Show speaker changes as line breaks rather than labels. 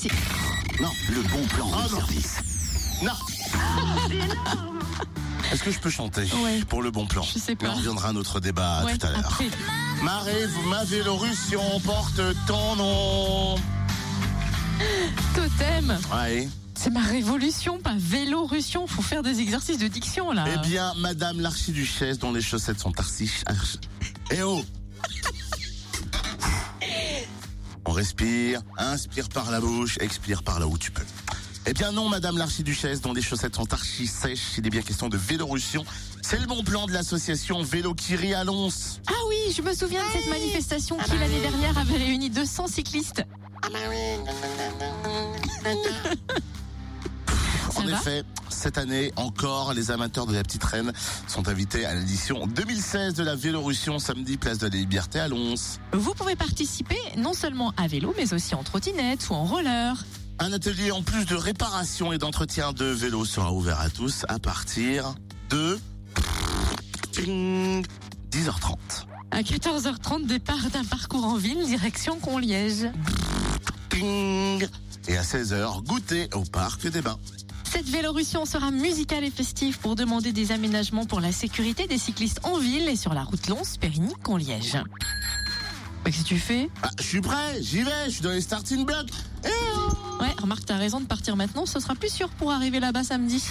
Ah, Non, le bon plan room service. Non. Est-ce que je peux chanter
Ouais.
pour le bon plan
Je sais pas.
Mais On reviendra à notre débat
Ouais,
tout à l'heure.
après.
Marie, ma Vélorussion porte ton nom.
Totem.
Ouais.
C'est ma révolution, pas vélorution. Faut faire des exercices de diction là.
Eh bien, Madame l'archiduchesse dont les chaussettes sont arsiches. arch- Eh oh On respire, inspire par la bouche, expire par là où tu peux. Eh bien non, Madame l'archiduchesse dont les chaussettes sont archi sèches, il est bien question de Vélorussion. C'est le bon plan de l'association Vélo Kiri à Lons.
Ah oui, je me souviens de cette manifestation qui l'année dernière avait réuni 200 cyclistes. Ça
En
va
effet, cette année encore, les amateurs de la petite reine sont invités à l'édition 2016 de la Vélorussion, samedi, place de la Liberté à Lons.
Vous pouvez participer non seulement à vélo, mais aussi en trottinette ou en roller.
Un atelier en plus de réparation et d'entretien de vélos sera ouvert à tous à partir de 10h30.
À 14h30, départ d'un parcours en ville, direction Conliège.
Et à 16h, goûter au parc des bains.
Cette vélorution sera musicale et festive pour demander des aménagements pour la sécurité des cyclistes en ville et sur la route Lons, Périgny, Conliège. Qu'est-ce que tu fais
Ah, je suis prêt, j'y vais, je suis dans les starting blocks. Eh
Ouais, remarque, t'as raison de partir maintenant, ce sera plus sûr pour arriver là-bas samedi.